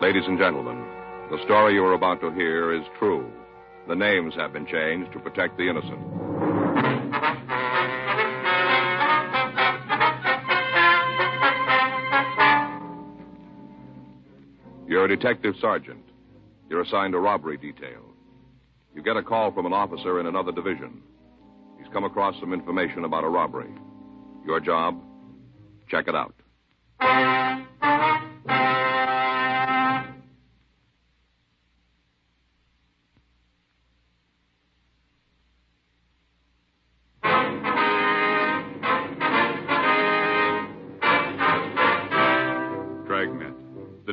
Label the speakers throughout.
Speaker 1: Ladies and gentlemen, the story you are about to hear is true. The names have been changed to protect the innocent. You're a detective sergeant. You're assigned a robbery detail. You get a call from an officer in another division. He's come across some information about a robbery. Your job? Check it out.
Speaker 2: Dragnet, the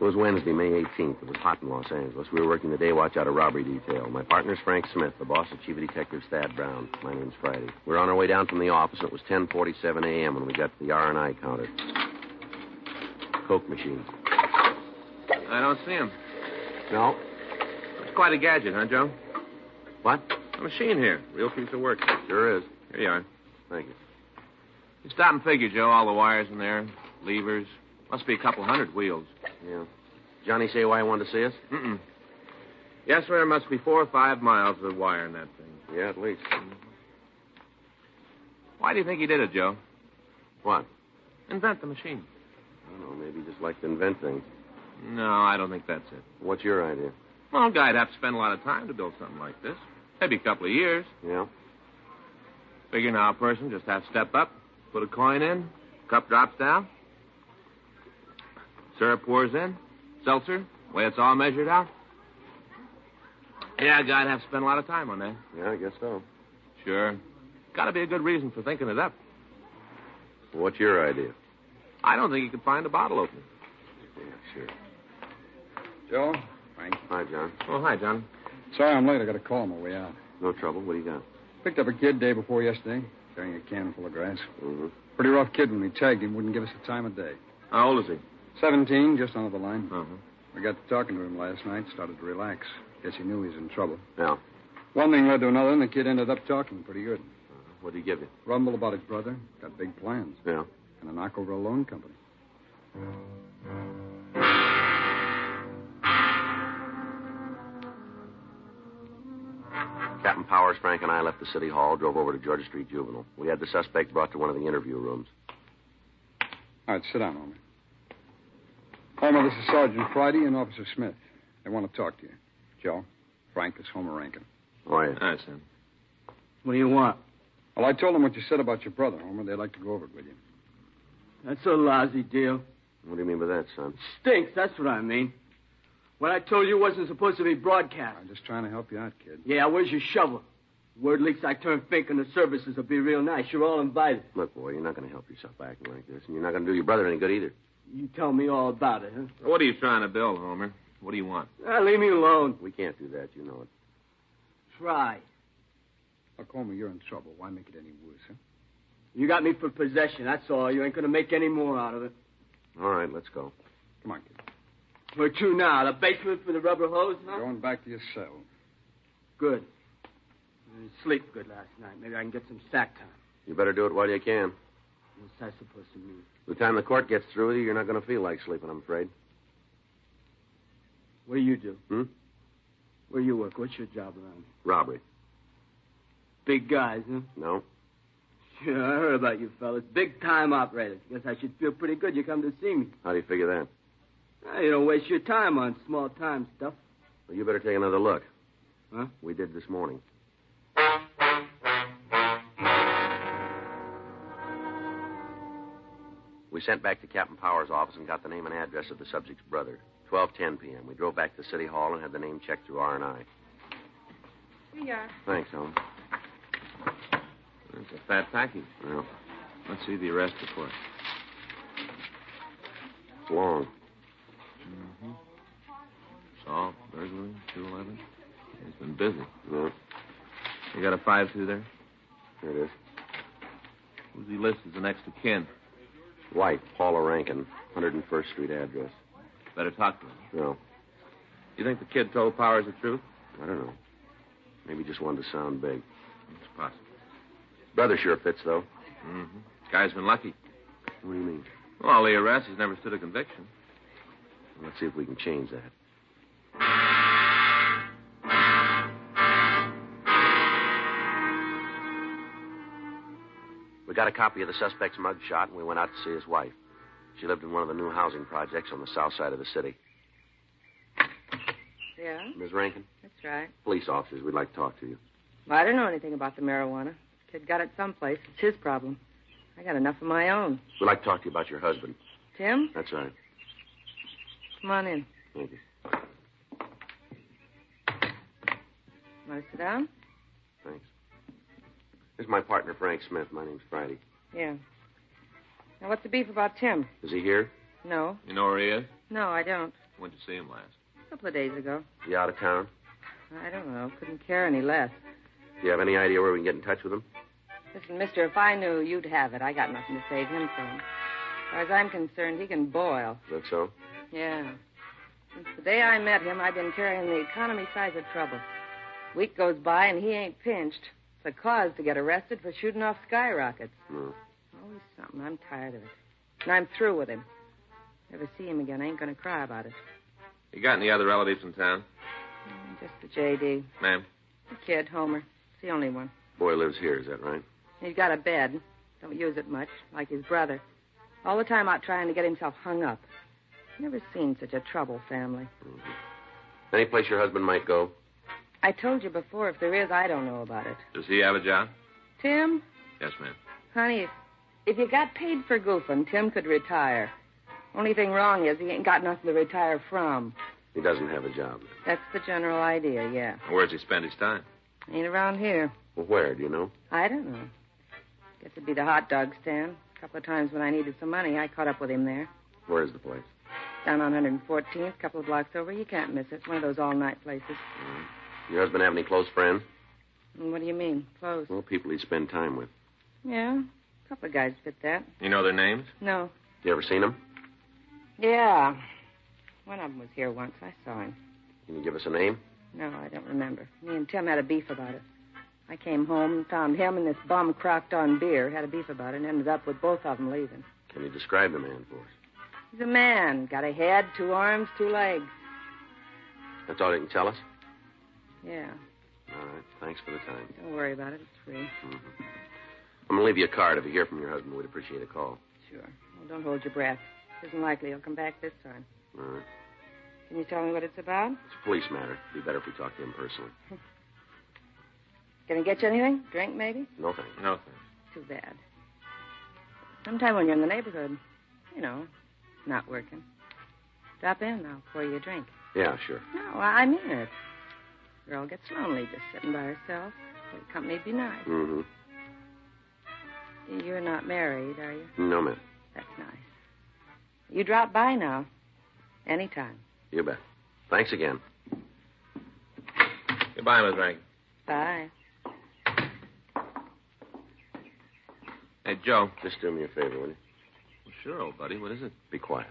Speaker 3: It was Wednesday, May 18th. It was hot in Los Angeles. We were working the day watch out of robbery detail. My partner's Frank Smith, the boss is Chief of Detectives Thad Brown. My name's Friday. We were on our way down from the office. and It was 10:47 a.m. when we got to the R&I counter. Coke machine.
Speaker 4: I don't see him.
Speaker 3: No.
Speaker 4: It's quite a gadget, huh, Joe?
Speaker 3: What?
Speaker 4: A machine here. Real piece of work.
Speaker 3: Sure is.
Speaker 4: Here you are.
Speaker 3: Thank you.
Speaker 4: You stop and figure, Joe, all the wires in there, levers. Must be a couple hundred wheels.
Speaker 3: Yeah. Johnny say why he wanted to see us?
Speaker 4: Mm-mm. Yes, sir, there must be four or five miles of wire in that thing.
Speaker 3: Yeah, at least.
Speaker 4: Why do you think he did it, Joe?
Speaker 3: What?
Speaker 4: Invent the machine.
Speaker 3: I don't know. Maybe he just like to invent things.
Speaker 4: No, I don't think that's it.
Speaker 3: What's your idea?
Speaker 4: Well, a guy'd have to spend a lot of time to build something like this. Maybe a couple of years.
Speaker 3: Yeah.
Speaker 4: Figure now a person just has to step up, put a coin in, cup drops down, syrup pours in, seltzer, way it's all measured out. Yeah, God'd have to spend a lot of time on that.
Speaker 3: Yeah, I guess so.
Speaker 4: Sure. Gotta be a good reason for thinking it up.
Speaker 3: What's your idea?
Speaker 4: I don't think you could find a bottle opener.
Speaker 3: Yeah, sure.
Speaker 5: Joe? Frank?
Speaker 3: Hi, John.
Speaker 4: Oh, hi, John.
Speaker 5: Sorry I'm late. I got a call on my way out.
Speaker 3: No trouble. What do you got?
Speaker 5: Picked up a kid day before yesterday, carrying a can full of grass.
Speaker 3: Mm-hmm.
Speaker 5: Pretty rough kid when we tagged him. Wouldn't give us the time of day.
Speaker 4: How old is he?
Speaker 5: 17, just under the line.
Speaker 4: Uh-huh.
Speaker 5: We got to talking to him last night, started to relax. Guess he knew he was in trouble.
Speaker 3: Yeah.
Speaker 5: One thing led to another, and the kid ended up talking pretty good.
Speaker 3: What'd he give you?
Speaker 5: Rumble about his brother, got big plans,
Speaker 3: Yeah.
Speaker 5: and a knock over a loan company.
Speaker 3: Captain Powers, Frank, and I left the city hall, drove over to Georgia Street Juvenile. We had the suspect brought to one of the interview rooms.
Speaker 5: All right, sit down, Homer. Homer, this is Sergeant Friday and Officer Smith. They want to talk to you. Joe, Frank, it's Homer Rankin.
Speaker 3: Oh, yeah.
Speaker 4: All right, Sam.
Speaker 6: What do you want?
Speaker 5: Well, I told them what you said about your brother, Homer. They'd like to go over it with you.
Speaker 6: That's a lousy deal.
Speaker 3: What do you mean by that, son?
Speaker 6: Stinks, that's what I mean. What I told you wasn't supposed to be broadcast.
Speaker 5: I'm just trying to help you out, kid.
Speaker 6: Yeah, where's your shovel? Word leaks I turned fake on the services will be real nice. You're all invited.
Speaker 3: Look, boy, you're not going to help yourself by acting like this, and you're not going to do your brother any good either.
Speaker 6: You tell me all about it, huh?
Speaker 4: What are you trying to build, Homer? What do you want?
Speaker 6: Ah, leave me alone.
Speaker 3: We can't do that, you know it.
Speaker 6: Try.
Speaker 5: Look, Homer, you're in trouble. Why make it any worse, huh?
Speaker 6: You got me for possession, that's all. You ain't gonna make any more out of it.
Speaker 3: All right, let's go.
Speaker 5: Come on, kid.
Speaker 6: Where to now? The basement for the rubber hose, huh?
Speaker 5: Going back to your cell.
Speaker 6: Good. I didn't sleep good last night. Maybe I can get some sack time.
Speaker 3: You better do it while you can.
Speaker 6: What's that supposed to mean?
Speaker 3: By the time the court gets through with you, you're not going to feel like sleeping, I'm afraid.
Speaker 6: What do you do?
Speaker 3: Hmm?
Speaker 6: Where you work? What's your job around here?
Speaker 3: Robbery.
Speaker 6: Big guys, huh?
Speaker 3: No?
Speaker 6: Sure, I heard about you fellas. Big time operators. Guess I should feel pretty good you come to see me.
Speaker 3: How do you figure that?
Speaker 6: Ah, you don't waste your time on small time stuff.
Speaker 3: Well, you better take another look.
Speaker 6: Huh?
Speaker 3: We did this morning. We sent back to Captain Power's office and got the name and address of the subject's brother. 12:10 p.m. We drove back to City Hall and had the name checked through R&I.
Speaker 7: Here you are.
Speaker 3: Thanks, Helen.
Speaker 4: That's a fat package.
Speaker 3: Well,
Speaker 4: Let's see the arrest report.
Speaker 3: it's long.
Speaker 4: Salt, burglary, 211. He's been busy.
Speaker 3: Yeah,
Speaker 4: You got a five through there?
Speaker 3: here it is.
Speaker 4: Who's he list as the next of kin?
Speaker 3: White, Paula Rankin, 101st Street address.
Speaker 4: Better talk to him.
Speaker 3: No,
Speaker 4: You think the kid told Powers the truth?
Speaker 3: I don't know. Maybe just wanted to sound big.
Speaker 4: It's possible.
Speaker 3: Brother sure fits, though.
Speaker 4: Mm-hmm. Guy's been lucky.
Speaker 3: What do you mean?
Speaker 4: Well, all the arrests, he's never stood a conviction.
Speaker 3: Let's see if we can change that. We got a copy of the suspect's mug shot, and we went out to see his wife. She lived in one of the new housing projects on the south side of the city.
Speaker 7: Yeah,
Speaker 3: Ms. Rankin,
Speaker 7: that's right.
Speaker 3: police officers, we'd like to talk to you.
Speaker 7: Well, I don't know anything about the marijuana. Kid got it someplace. It's his problem. I got enough of my own.
Speaker 3: We'd like to talk to you about your husband.
Speaker 7: Tim,
Speaker 3: That's right.
Speaker 7: come on in.
Speaker 3: Thank you.
Speaker 7: Want to sit down?
Speaker 3: Thanks. This is my partner, Frank Smith. My name's Friday.
Speaker 7: Yeah. Now, what's the beef about Tim?
Speaker 3: Is he here?
Speaker 7: No,
Speaker 4: You know where he is?
Speaker 7: no, I don't.
Speaker 4: When'd you see him last?
Speaker 7: A couple of days ago.
Speaker 3: He out of town?
Speaker 7: I don't know. Couldn't care any less.
Speaker 3: Do you have any idea where we can get in touch with him?
Speaker 7: Listen, mister, if I knew, you'd have it. I got nothing to save him from. As far as I'm concerned, he can boil.
Speaker 3: Is that so?
Speaker 7: Yeah. Since the day I met him, I've been carrying the economy size of trouble. Week goes by and he ain't pinched. It's a cause to get arrested for shooting off skyrockets.
Speaker 3: No.
Speaker 7: Always something. I'm tired of it. And I'm through with him. Never see him again. I ain't going to cry about it.
Speaker 4: You got any other relatives in town?
Speaker 7: Mm, Just the J.D.
Speaker 4: Ma'am?
Speaker 7: The kid, Homer. It's the only one.
Speaker 3: Boy lives here, is that right?
Speaker 7: He's got a bed. Don't use it much, like his brother. All the time out trying to get himself hung up. Never seen such a trouble family.
Speaker 3: Any place your husband might go?
Speaker 7: I told you before, if there is, I don't know about it.
Speaker 4: Does he have a job?
Speaker 7: Tim,
Speaker 4: Yes, ma'am.
Speaker 7: Honey, if, if you got paid for goofing, Tim could retire. Only thing wrong is he ain't got nothing to retire from.
Speaker 3: He doesn't have a job.
Speaker 7: That's the general idea, yeah.
Speaker 4: And where does he spend his time?
Speaker 7: Ain't around here.
Speaker 3: Well, where, do you know?
Speaker 7: I don't know. Guess it'd be the hot dog stand. A couple of times when I needed some money, I caught up with him there.
Speaker 3: Where is the place?
Speaker 7: Down on 114th, couple of blocks over. You can't miss it. One of those all night places.
Speaker 3: Your husband have any close friends?
Speaker 7: And what do you mean? Close.
Speaker 3: Well, people he'd spend time with.
Speaker 7: Yeah. A couple of guys fit that.
Speaker 4: You know their names?
Speaker 7: No.
Speaker 3: You ever seen him?
Speaker 7: Yeah. One of them was here once. I saw him.
Speaker 3: Can you give us a name?
Speaker 7: No, I don't remember. Me and Tim had a beef about it. I came home and found him and this bum crocked on beer, had a beef about it, and ended up with both of them leaving.
Speaker 3: Can you describe the man for us?
Speaker 7: He's a man, got a head, two arms, two legs.
Speaker 3: That's all you can tell us?
Speaker 7: Yeah,
Speaker 3: All right. Thanks for the time.
Speaker 7: don't worry about it. It's free.
Speaker 3: I'm going to leave you a card. If you hear from your husband, we'd appreciate a call.
Speaker 7: Sure. Well, don't hold your breath. Isn't likely he'll come back this time.
Speaker 3: All right.
Speaker 7: Can you tell me what it's about?
Speaker 3: It's a police matter. It'd be better if we talked to him personally.
Speaker 7: Can I get you anything? Drink, maybe?
Speaker 3: No, thanks.
Speaker 4: No, thanks.
Speaker 7: Too bad. Sometime when you're in the neighborhood, you know, not working, drop in. I'll pour you a drink.
Speaker 3: Yeah, sure.
Speaker 7: No, I I mean it. Girl gets lonely just sitting by herself. Well, company'd be nice.
Speaker 3: Mm-hmm.
Speaker 7: You're not married, are you?
Speaker 3: No, ma'am.
Speaker 7: That's nice. You drop by now. Anytime.
Speaker 3: You bet. Thanks again.
Speaker 4: Goodbye, Miss Rankin.
Speaker 7: Bye.
Speaker 4: Hey, Joe.
Speaker 3: Just do me a favor, will you?
Speaker 4: sure, old buddy. What is it?
Speaker 3: Be quiet.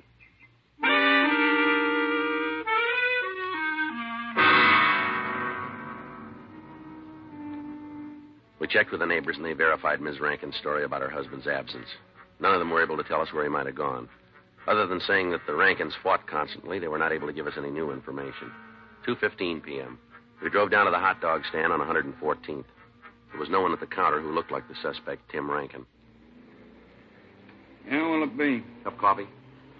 Speaker 3: checked with the neighbors and they verified Ms. Rankin's story about her husband's absence. None of them were able to tell us where he might have gone. Other than saying that the Rankins fought constantly, they were not able to give us any new information. 2:15 p.m. We drove down to the hot dog stand on 114th. There was no one at the counter who looked like the suspect, Tim Rankin.
Speaker 8: How will it be?
Speaker 3: Cup of coffee?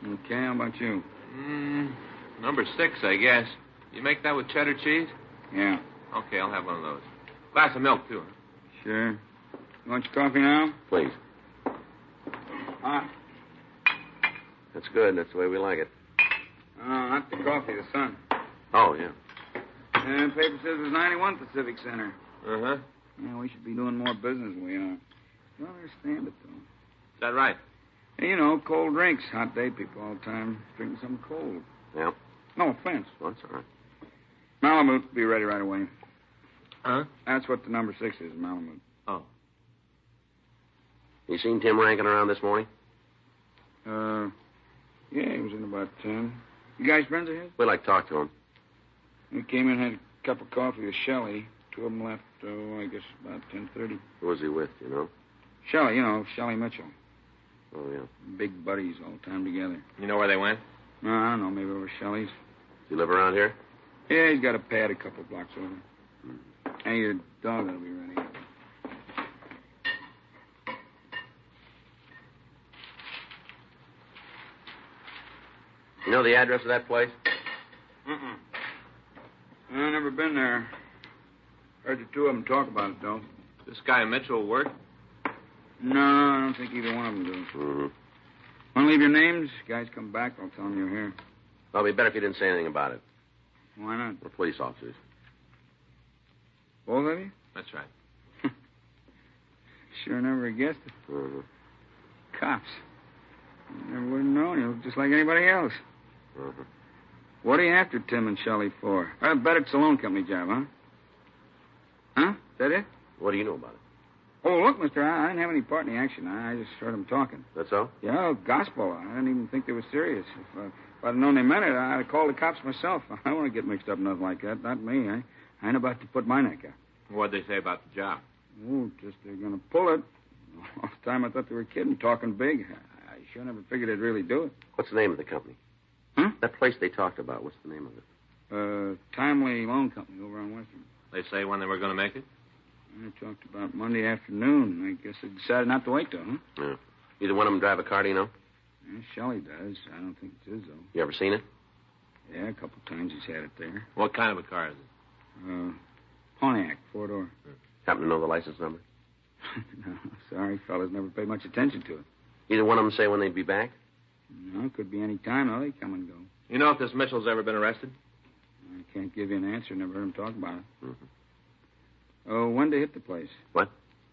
Speaker 8: Okay, how about you?
Speaker 4: Mm, number six, I guess. You make that with cheddar cheese?
Speaker 8: Yeah,
Speaker 4: Okay, I'll have one of those. Glass of milk, too.
Speaker 8: sure. You want your coffee now?
Speaker 3: Please.
Speaker 8: Hot.
Speaker 3: That's good. That's the way we like it.
Speaker 8: Uh, not the coffee, the sun.
Speaker 3: Oh, yeah.
Speaker 8: Uh, paper says it's 91 Pacific Center.
Speaker 4: Uh huh.
Speaker 8: Yeah, we should be doing more business than we are. Don't understand it, though.
Speaker 4: Is that right?
Speaker 8: Hey, you know, cold drinks. Hot day people all the time drinking something cold.
Speaker 3: Yeah.
Speaker 8: No offense.
Speaker 3: Well, that's all right.
Speaker 8: Malamute will be ready right away.
Speaker 4: Huh?
Speaker 8: That's what the number six is, Malamute.
Speaker 3: You seen Tim Rankin around this morning?
Speaker 8: Uh, yeah, he was in about 10. You guys friends of his?
Speaker 3: We'd like to talk to him.
Speaker 8: We came in, had a cup of coffee with Shelley. Two of them left, oh, I guess about 10.30.
Speaker 3: Who was he with, you know?
Speaker 8: Shelley, you know, Shelley Mitchell.
Speaker 3: Oh, yeah.
Speaker 8: Big buddies all the time together.
Speaker 4: You know where they went?
Speaker 8: No, I don't know, maybe over Shelley's.
Speaker 3: Does he live around here?
Speaker 8: Yeah, he's got a pad a couple blocks over. Hey, your dog will be ready.
Speaker 3: You know the address of that place?
Speaker 8: Mm-mm. I never been there. Heard the two of them talk about it, though.
Speaker 4: This guy Mitchell work?
Speaker 8: No, I don't think either one of them do.
Speaker 3: Mm-hmm.
Speaker 8: Want to leave your names? Guys come back, I'll tell them you're here.
Speaker 3: Well, it'd be better if you didn't say anything about it.
Speaker 8: Why not?
Speaker 3: We're police officers.
Speaker 8: Both of you?
Speaker 4: That's right.
Speaker 8: Sure never guessed it.
Speaker 3: Mm-hmm.
Speaker 8: Cops. Never would have known you, look just like anybody else.
Speaker 3: Mm-hmm.
Speaker 8: What are you after Tim and Shelley for? I bet it's a loan company job, huh? Huh? Is that it?
Speaker 3: What do you know about it?
Speaker 8: Oh, look, mister, I, I didn't have any part in the action. I, I just heard them talking.
Speaker 3: That's so?
Speaker 8: Yeah, oh, gospel. I didn't even think they were serious. If, uh, if I'd known they meant it, I'd have called the cops myself. I don't want to get mixed up in nothing like that. Not me. I, I ain't about to put my neck out.
Speaker 4: What'd they say about the job?
Speaker 8: Oh, just they're going to pull it. All the time I thought they were kidding, talking big. I, I sure never figured they'd really do it.
Speaker 3: What's the name of the company?
Speaker 4: Hmm?
Speaker 8: Huh?
Speaker 3: That place they talked about, what's the name of it?
Speaker 8: Uh, Timely Loan Company over on Western.
Speaker 4: They say when they were going to make it?
Speaker 8: I talked about Monday afternoon. I guess they decided not to wait, though, huh?
Speaker 3: Either one of them drive a car, do you know?
Speaker 8: Yeah, Shelley does. I don't think it is, though.
Speaker 3: You ever seen it?
Speaker 8: Yeah, a couple times he's had it there.
Speaker 4: What kind of a car is it?
Speaker 8: Uh, Pontiac, four door.
Speaker 3: Happen to know the license number?
Speaker 8: no, sorry, fellas, never paid much attention to it.
Speaker 3: Either one of them say when they'd be back?
Speaker 8: No, it could be any time. Now they come and go.
Speaker 4: You know if this Mitchell's ever been arrested?
Speaker 8: I can't give you an answer. Never heard him talk about it. Oh, when they hit the place?
Speaker 3: Mm-hmm. What?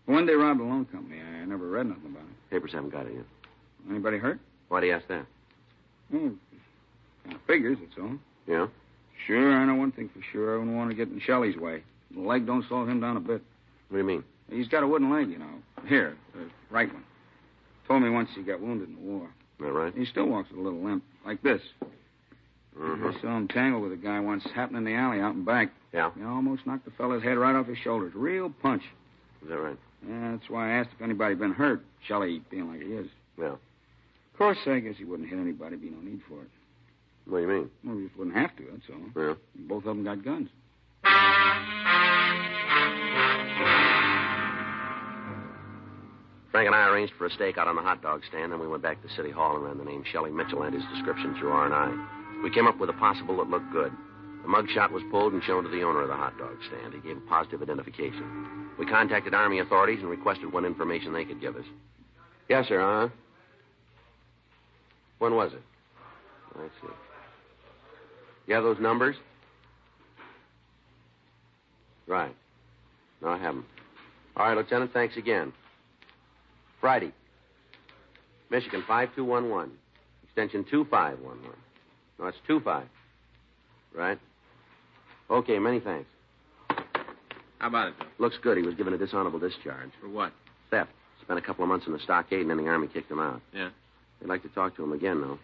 Speaker 8: When they robbed a loan company. I never read nothing about it.
Speaker 3: Papers haven't got it yet.
Speaker 8: Anybody hurt?
Speaker 3: Why'd he ask that?
Speaker 8: Hmm. Kind of figures, it's all.
Speaker 3: Yeah?
Speaker 8: Sure, I know one thing for sure. I wouldn't want to get in Shelley's way. The leg don't slow him down a bit.
Speaker 3: What do you mean?
Speaker 8: He's got a wooden leg, you know. Here, the right one. Told me once he got wounded in the war.
Speaker 3: Is that right?
Speaker 8: He still walks with a little limp, like this.
Speaker 3: Mm-hmm.
Speaker 8: I saw him tangle with a guy once happened in the alley out and back.
Speaker 3: Yeah?
Speaker 8: He almost knocked the fella's head right off his shoulders. Real punch.
Speaker 3: Is that right?
Speaker 8: Yeah, that's why I asked if anybody been hurt. Shelley being like he is.
Speaker 3: Yeah.
Speaker 8: Of course, I guess he wouldn't hit anybody. Be no need for it.
Speaker 3: What do you mean?
Speaker 8: Well, he just wouldn't have to. That's all.
Speaker 3: Yeah.
Speaker 8: Both of them got guns.
Speaker 3: Frank and I arranged for a stakeout on the hot dog stand, then we went back to City Hall and ran the name Shelley Mitchell and his description through R&I. We came up with a possible that looked good. The mugshot was pulled and shown to the owner of the hot dog stand. He gave a positive identification. We contacted Army authorities and requested what information they could give us. Yes, sir, huh? When was it? Let's see. You have those numbers? Right. No, I haven't. All right, Lieutenant, thanks again. Friday. Michigan, 5211. Extension 2511. No, it's 25. Right? Okay, many thanks.
Speaker 4: How about it, though?
Speaker 3: Looks good. He was given a dishonorable discharge.
Speaker 4: For what?
Speaker 3: Theft. Spent a couple of months in the stockade, and then the Army kicked him out.
Speaker 4: Yeah.
Speaker 3: They'd like to talk to him again, though.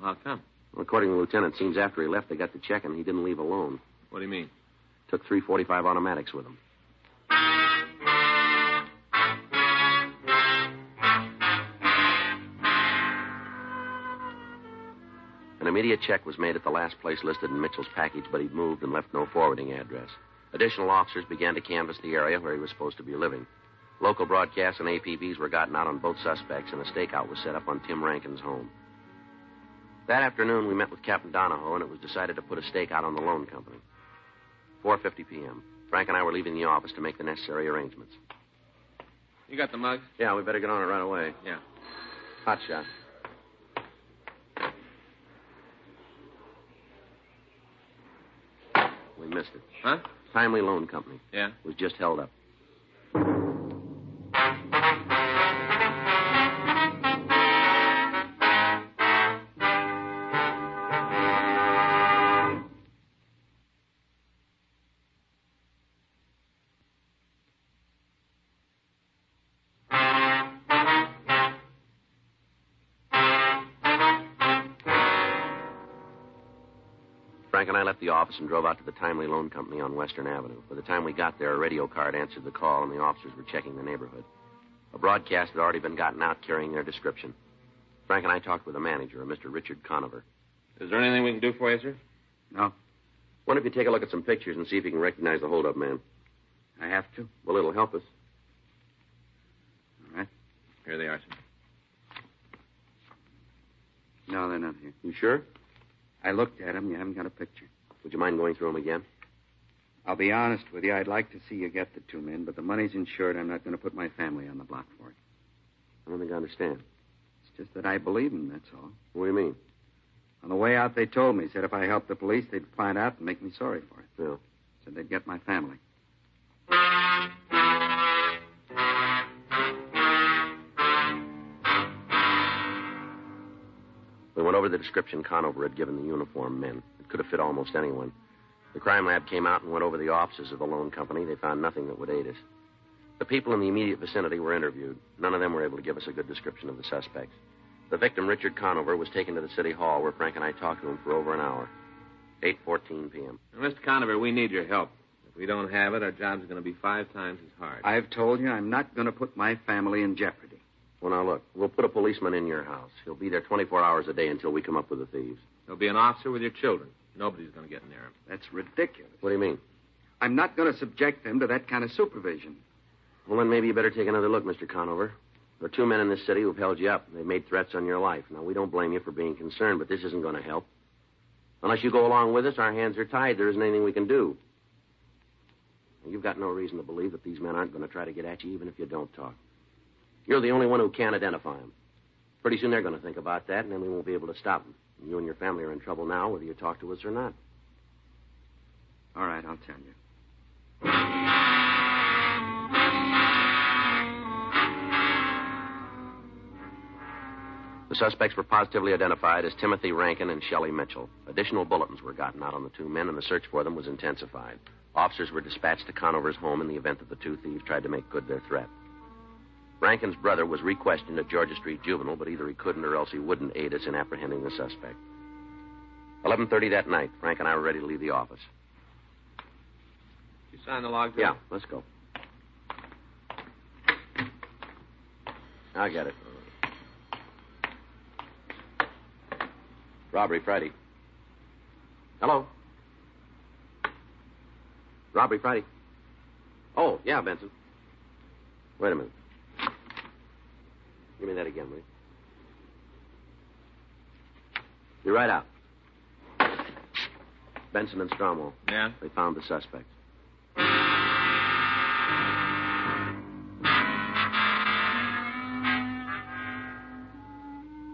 Speaker 4: Well, how come?
Speaker 3: Well, according to the lieutenant, seems after he left, they got to check him. He didn't leave alone.
Speaker 4: What do you mean?
Speaker 3: Took 345 automatics with him. immediate check was made at the last place listed in Mitchell's package, but he'd moved and left no forwarding address. Additional officers began to canvass the area where he was supposed to be living. Local broadcasts and APBs were gotten out on both suspects, and a stakeout was set up on Tim Rankin's home. That afternoon, we met with Captain Donahoe, and it was decided to put a stakeout on the loan company. 4.50 p.m. Frank and I were leaving the office to make the necessary arrangements.
Speaker 4: You got the mug?
Speaker 3: Yeah, we better get on it right away.
Speaker 4: Yeah.
Speaker 3: Hot shot. We missed it.
Speaker 4: Huh?
Speaker 3: Timely Loan Company.
Speaker 4: Yeah.
Speaker 3: Was just held up. Frank and I left the office and drove out to the Timely Loan Company on Western Avenue. By the time we got there, a radio card answered the call, and the officers were checking the neighborhood. A broadcast had already been gotten out carrying their description. Frank and I talked with the manager, a Mr. Richard Conover.
Speaker 4: Is there anything we can do for you, sir?
Speaker 3: No. Why don't you take a look at some pictures and see if you can recognize the holdup man?
Speaker 4: I have to.
Speaker 3: Well, it'll help us.
Speaker 4: Here they are, sir.
Speaker 8: No, they're not here.
Speaker 3: You sure?
Speaker 8: I looked at them. You haven't got a picture.
Speaker 3: Would you mind going through them again?
Speaker 8: I'll be honest with you. I'd like to see you get the two men, but the money's insured. I'm not going to put my family on the block for it.
Speaker 3: I don't think I understand.
Speaker 8: It's just that I believe in them, that's all.
Speaker 3: What do you mean?
Speaker 8: On the way out, they told me, said if I helped the police, they'd find out and make me sorry for it.
Speaker 3: No.
Speaker 8: Said they'd get my family.
Speaker 3: We went over the description Conover had given the uniformed men. It could have fit almost anyone. The crime lab came out and went over the offices of the loan company. They found nothing that would aid us. The people in the immediate vicinity were interviewed. None of them were able to give us a good description of the suspects. The victim, Richard Conover, was taken to the city hall where Frank and I talked to him for over an hour. 8.14 p.m.
Speaker 4: Now, Mr. Conover, we need your help. If we don't have it, our job's going to be five times as hard.
Speaker 8: I've told you I'm not going to put my family in jeopardy.
Speaker 3: Well, now look, we'll put a policeman in your house. He'll be there 24 hours a day until we come up with the thieves.
Speaker 4: There'll be an officer with your children. Nobody's going to get near him.
Speaker 8: That's ridiculous.
Speaker 3: What do you mean?
Speaker 8: I'm not going to subject them to that kind of supervision.
Speaker 3: Well, then maybe you better take another look, Mr. Conover. There are two men in this city who've held you up. They've made threats on your life. Now, we don't blame you for being concerned, but this isn't going to help. Unless you go along with us, our hands are tied. There isn't anything we can do. And you've got no reason to believe that these men aren't going to try to get at you, even if you don't talk. You're the only one who can identify them. Pretty soon they're going to think about that, and then we won't be able to stop them. And you and your family are in trouble now, whether you talk to us or not.
Speaker 8: All right, I'll tell you.
Speaker 3: The suspects were positively identified as Timothy Rankin and Shelley Mitchell. Additional bulletins were gotten out on the two men, and the search for them was intensified. Officers were dispatched to Conover's home in the event that the two thieves tried to make good their threat. Rankin's brother was re-questioned at Georgia Street Juvenile, but either he couldn't or else he wouldn't aid us in apprehending the suspect. 11:30 that night, Frank and I were ready to leave the office.
Speaker 4: You sign the log, sir?
Speaker 3: Yeah, let's go. I got it. Robbery Friday. Hello? Robbery Friday. Oh, yeah, Benson. Wait a minute. Give me that again, will you? You're right out. Benson and Stromo.
Speaker 4: Yeah?
Speaker 3: They found the suspect.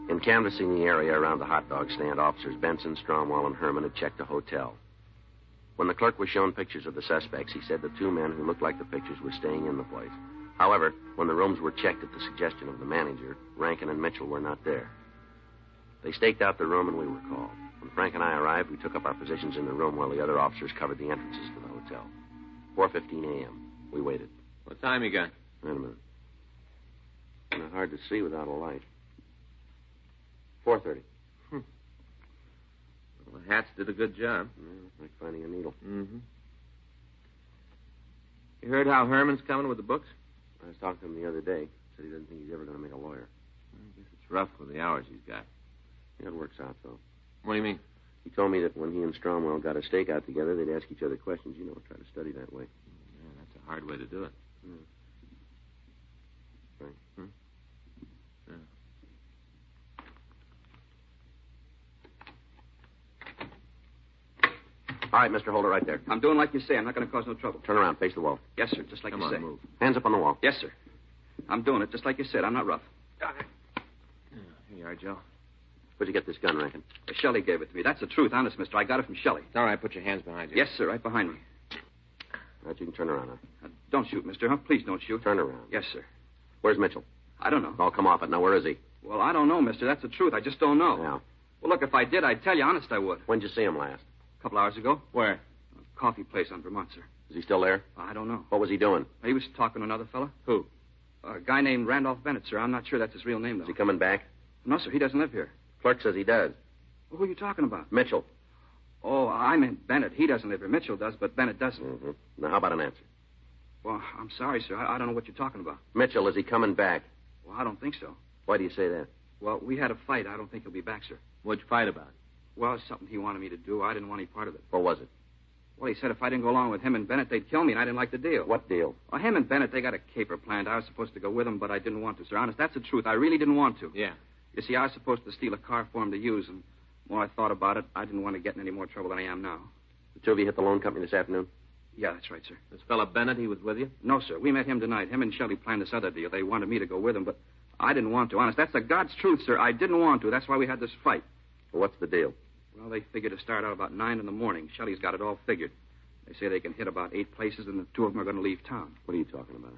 Speaker 3: In canvassing the area around the hot dog stand, officers Benson, Stromwell, and Herman had checked a hotel. When the clerk was shown pictures of the suspects, he said the two men who looked like the pictures were staying in the place. However, when the rooms were checked at the suggestion of the manager, Rankin and Mitchell were not there. They staked out the room and we were called. When Frank and I arrived, we took up our positions in the room while the other officers covered the entrances to the hotel. 4.15 a.m. We waited.
Speaker 4: What time you got?
Speaker 3: Wait a minute. Kinda hard to see without a light. 4.30.
Speaker 4: Well, the hats did a good job.
Speaker 3: Yeah, like finding a needle.
Speaker 4: Mm-hmm. You heard how Herman's coming with the books?
Speaker 3: I was talking to him the other day. Said he doesn't think he's ever going to make a lawyer.
Speaker 4: I guess it's rough with the hours he's got.
Speaker 3: Yeah, It works out, though. What do you mean? He told me that when he and Stromwell got a stakeout together, they'd ask each other questions. You know, try to study that way.
Speaker 4: Yeah, that's a hard way to do it.
Speaker 3: Right.
Speaker 4: Hmm? Yeah.
Speaker 3: All right, Mr. Holder, right there.
Speaker 9: I'm doing like you say. I'm not going to cause no trouble.
Speaker 3: Turn around, face the wall.
Speaker 9: Yes, sir. Just like
Speaker 3: Come
Speaker 9: you
Speaker 3: on,
Speaker 9: say.
Speaker 3: move. Hands up on the wall.
Speaker 9: Yes, sir. I'm doing it just like you said. I'm not rough.
Speaker 4: Here you are, Joe.
Speaker 3: Where'd you get this gun, Rankin?
Speaker 9: Shelley gave it to me. That's the truth, honest, mister. I got it from Shelley.
Speaker 4: All right, put your hands behind you.
Speaker 9: Yes, sir. Right behind me. Uh,
Speaker 3: All right, you can turn around now.
Speaker 9: Don't shoot, mister. Huh? Please don't shoot.
Speaker 3: Turn around.
Speaker 9: Yes, sir.
Speaker 3: Where's Mitchell?
Speaker 9: I don't know.
Speaker 3: Oh, come off it. Now, where is he?
Speaker 9: Well, I don't know, mister. That's the truth. I just don't know.
Speaker 3: Now.
Speaker 9: Well, look, if I did, I'd tell you. Honest, I would.
Speaker 3: When'd you see him last?
Speaker 9: A couple hours ago.
Speaker 4: Where?
Speaker 9: Coffee place on Vermont, sir.
Speaker 3: Is he still there?
Speaker 9: I don't know.
Speaker 3: What was he doing?
Speaker 9: He was talking to another fella.
Speaker 4: Who?
Speaker 9: A guy named Randolph Bennett, sir. I'm not sure that's his real name,
Speaker 3: Is
Speaker 9: though.
Speaker 3: he coming back?
Speaker 9: No, sir. He doesn't live here.
Speaker 3: Clerk says he does.
Speaker 9: Well, who are you talking about?
Speaker 3: Mitchell.
Speaker 9: Oh, I meant Bennett. He doesn't live here. Mitchell does, but Bennett doesn't.
Speaker 3: Mm-hmm. Now, how about an answer?
Speaker 9: Well, I'm sorry, sir. I, I don't know what you're talking about.
Speaker 3: Mitchell, is he coming back?
Speaker 9: Well, I don't think so.
Speaker 3: Why do you say that?
Speaker 9: Well, we had a fight. I don't think he'll be back, sir.
Speaker 4: What'd you fight about?
Speaker 9: Well, it's something he wanted me to do. I didn't want any part of it.
Speaker 3: What was it?
Speaker 9: Well, he said if I didn't go along with him and Bennett, they'd kill me, and I didn't like the deal.
Speaker 3: What deal?
Speaker 9: Well, him and Bennett, they got a caper planned. I was supposed to go with them, but I didn't want to, sir. Honest, that's the truth. I really didn't want to.
Speaker 4: Yeah.
Speaker 9: You see, I was supposed to steal a car for him to use, and the more I thought about it, I didn't want to get in any more trouble than I am now.
Speaker 3: The two of you hit the loan company this afternoon?
Speaker 9: Yeah, that's right, sir.
Speaker 4: This fella Bennett, he was with you?
Speaker 9: No, sir. We met him tonight. Him and Shelley planned this other deal. They wanted me to go with them, but I didn't want to. Honest, that's the God's truth, sir. I didn't want to. That's why we had this fight.
Speaker 3: Well, what's the deal?
Speaker 9: Well, they figure to start out about nine in the morning. Shelley's got it all figured. They say they can hit about eight places, and the two of them are going to leave town.
Speaker 3: What are you talking about?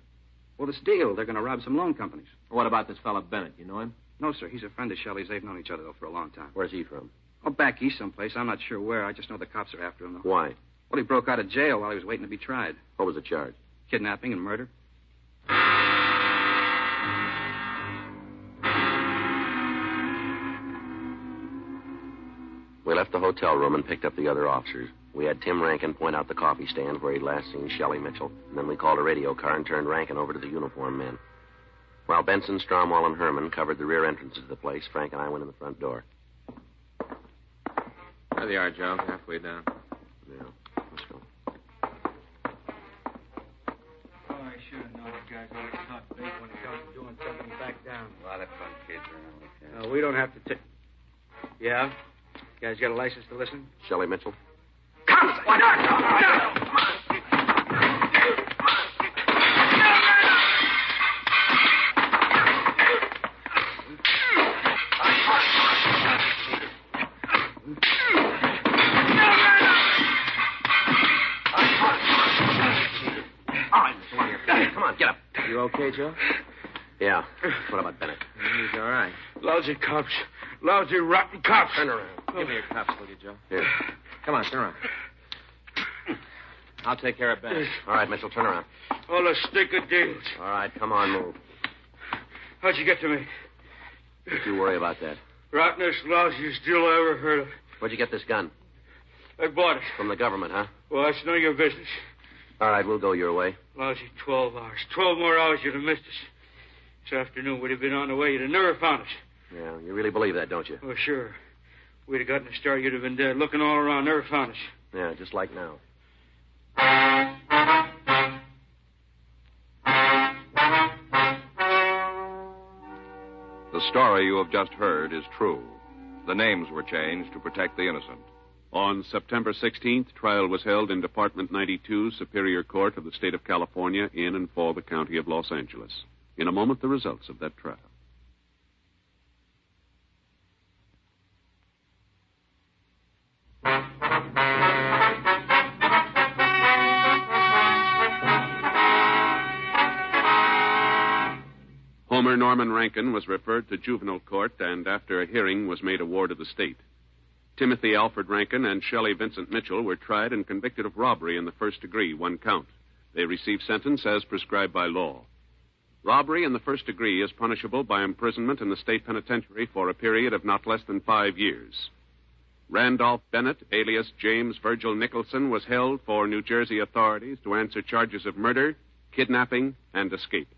Speaker 9: Well, this deal, they're going to rob some loan companies.
Speaker 4: What about this fella Bennett? You know him?
Speaker 9: No, sir. He's a friend of Shelley's. They've known each other, though, for a long time.
Speaker 3: Where's he from?
Speaker 9: Oh, back east someplace. I'm not sure where. I just know the cops are after him, though.
Speaker 3: Why?
Speaker 9: Well, he broke out of jail while he was waiting to be tried.
Speaker 3: What was the charge?
Speaker 9: Kidnapping and murder.
Speaker 3: We left the hotel room and picked up the other officers. We had Tim Rankin point out the coffee stand where he'd last seen Shelley Mitchell, and then we called a radio car and turned Rankin over to the uniform men. While Benson, Stromwell, and Herman covered the rear entrances to the place, Frank and I went in the front door.
Speaker 4: There they are, Joe. Halfway down.
Speaker 3: Yeah, let's go.
Speaker 6: Oh, I should have known you guys always talk big when it comes to doing something back down.
Speaker 4: A lot of fun kids around with that.
Speaker 6: No, we don't have to take. Yeah? You guys got a license to listen?
Speaker 3: Shelley Mitchell? Come on, get up.
Speaker 4: You okay, Joe?
Speaker 3: Yeah. What about Bennett?
Speaker 4: He's all right.
Speaker 8: Lousy cops. Lousy, rotten cops.
Speaker 3: Turn around.
Speaker 4: Give me your cuffs, will you, Joe?
Speaker 3: Here.
Speaker 4: Come on, turn around. I'll take care of Bennett.
Speaker 3: All right, Mitchell, turn around.
Speaker 8: All the stick of deals.
Speaker 3: All right, come on, move.
Speaker 8: How'd you get to me?
Speaker 3: Don't you worry about that.
Speaker 8: Rottenest, lousiest deal I ever heard of.
Speaker 3: Where'd you get this gun?
Speaker 8: I bought it.
Speaker 3: From the government, huh?
Speaker 8: Well, it's none of your business.
Speaker 3: All right, we'll go your way.
Speaker 8: Lousy 12 hours. 12 more hours you'd have missed us. This afternoon, we'd have been on the way. You'd have never found us.
Speaker 3: Yeah, you really believe that, don't you?
Speaker 8: Oh, sure. We'd have gotten a start. You'd have been dead. Looking all around, never found us.
Speaker 3: Yeah, just like now.
Speaker 1: The story you have just heard is true. The names were changed to protect the innocent.
Speaker 2: On September 16th, trial was held in Department 92, Superior Court of the State of California, in and for the County of Los Angeles. In a moment, the results of that trial. Homer Norman Rankin was referred to juvenile court and, after a hearing, was made a ward of the state. Timothy Alfred Rankin and Shelley Vincent Mitchell were tried and convicted of robbery in the first degree, one count. They received sentence as prescribed by law. Robbery in the first degree is punishable by imprisonment in the state penitentiary for a period of not less than five years. Randolph Bennett, alias James Virgil Nicholson, was held for New Jersey authorities to answer charges of murder, kidnapping, and escape.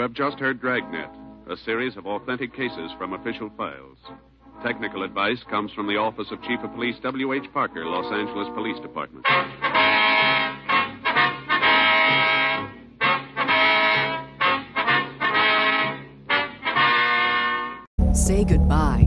Speaker 2: have just heard Dragnet, a series of authentic cases from official files. Technical advice comes from the Office of Chief of Police W.H. Parker, Los Angeles Police Department.
Speaker 10: Say goodbye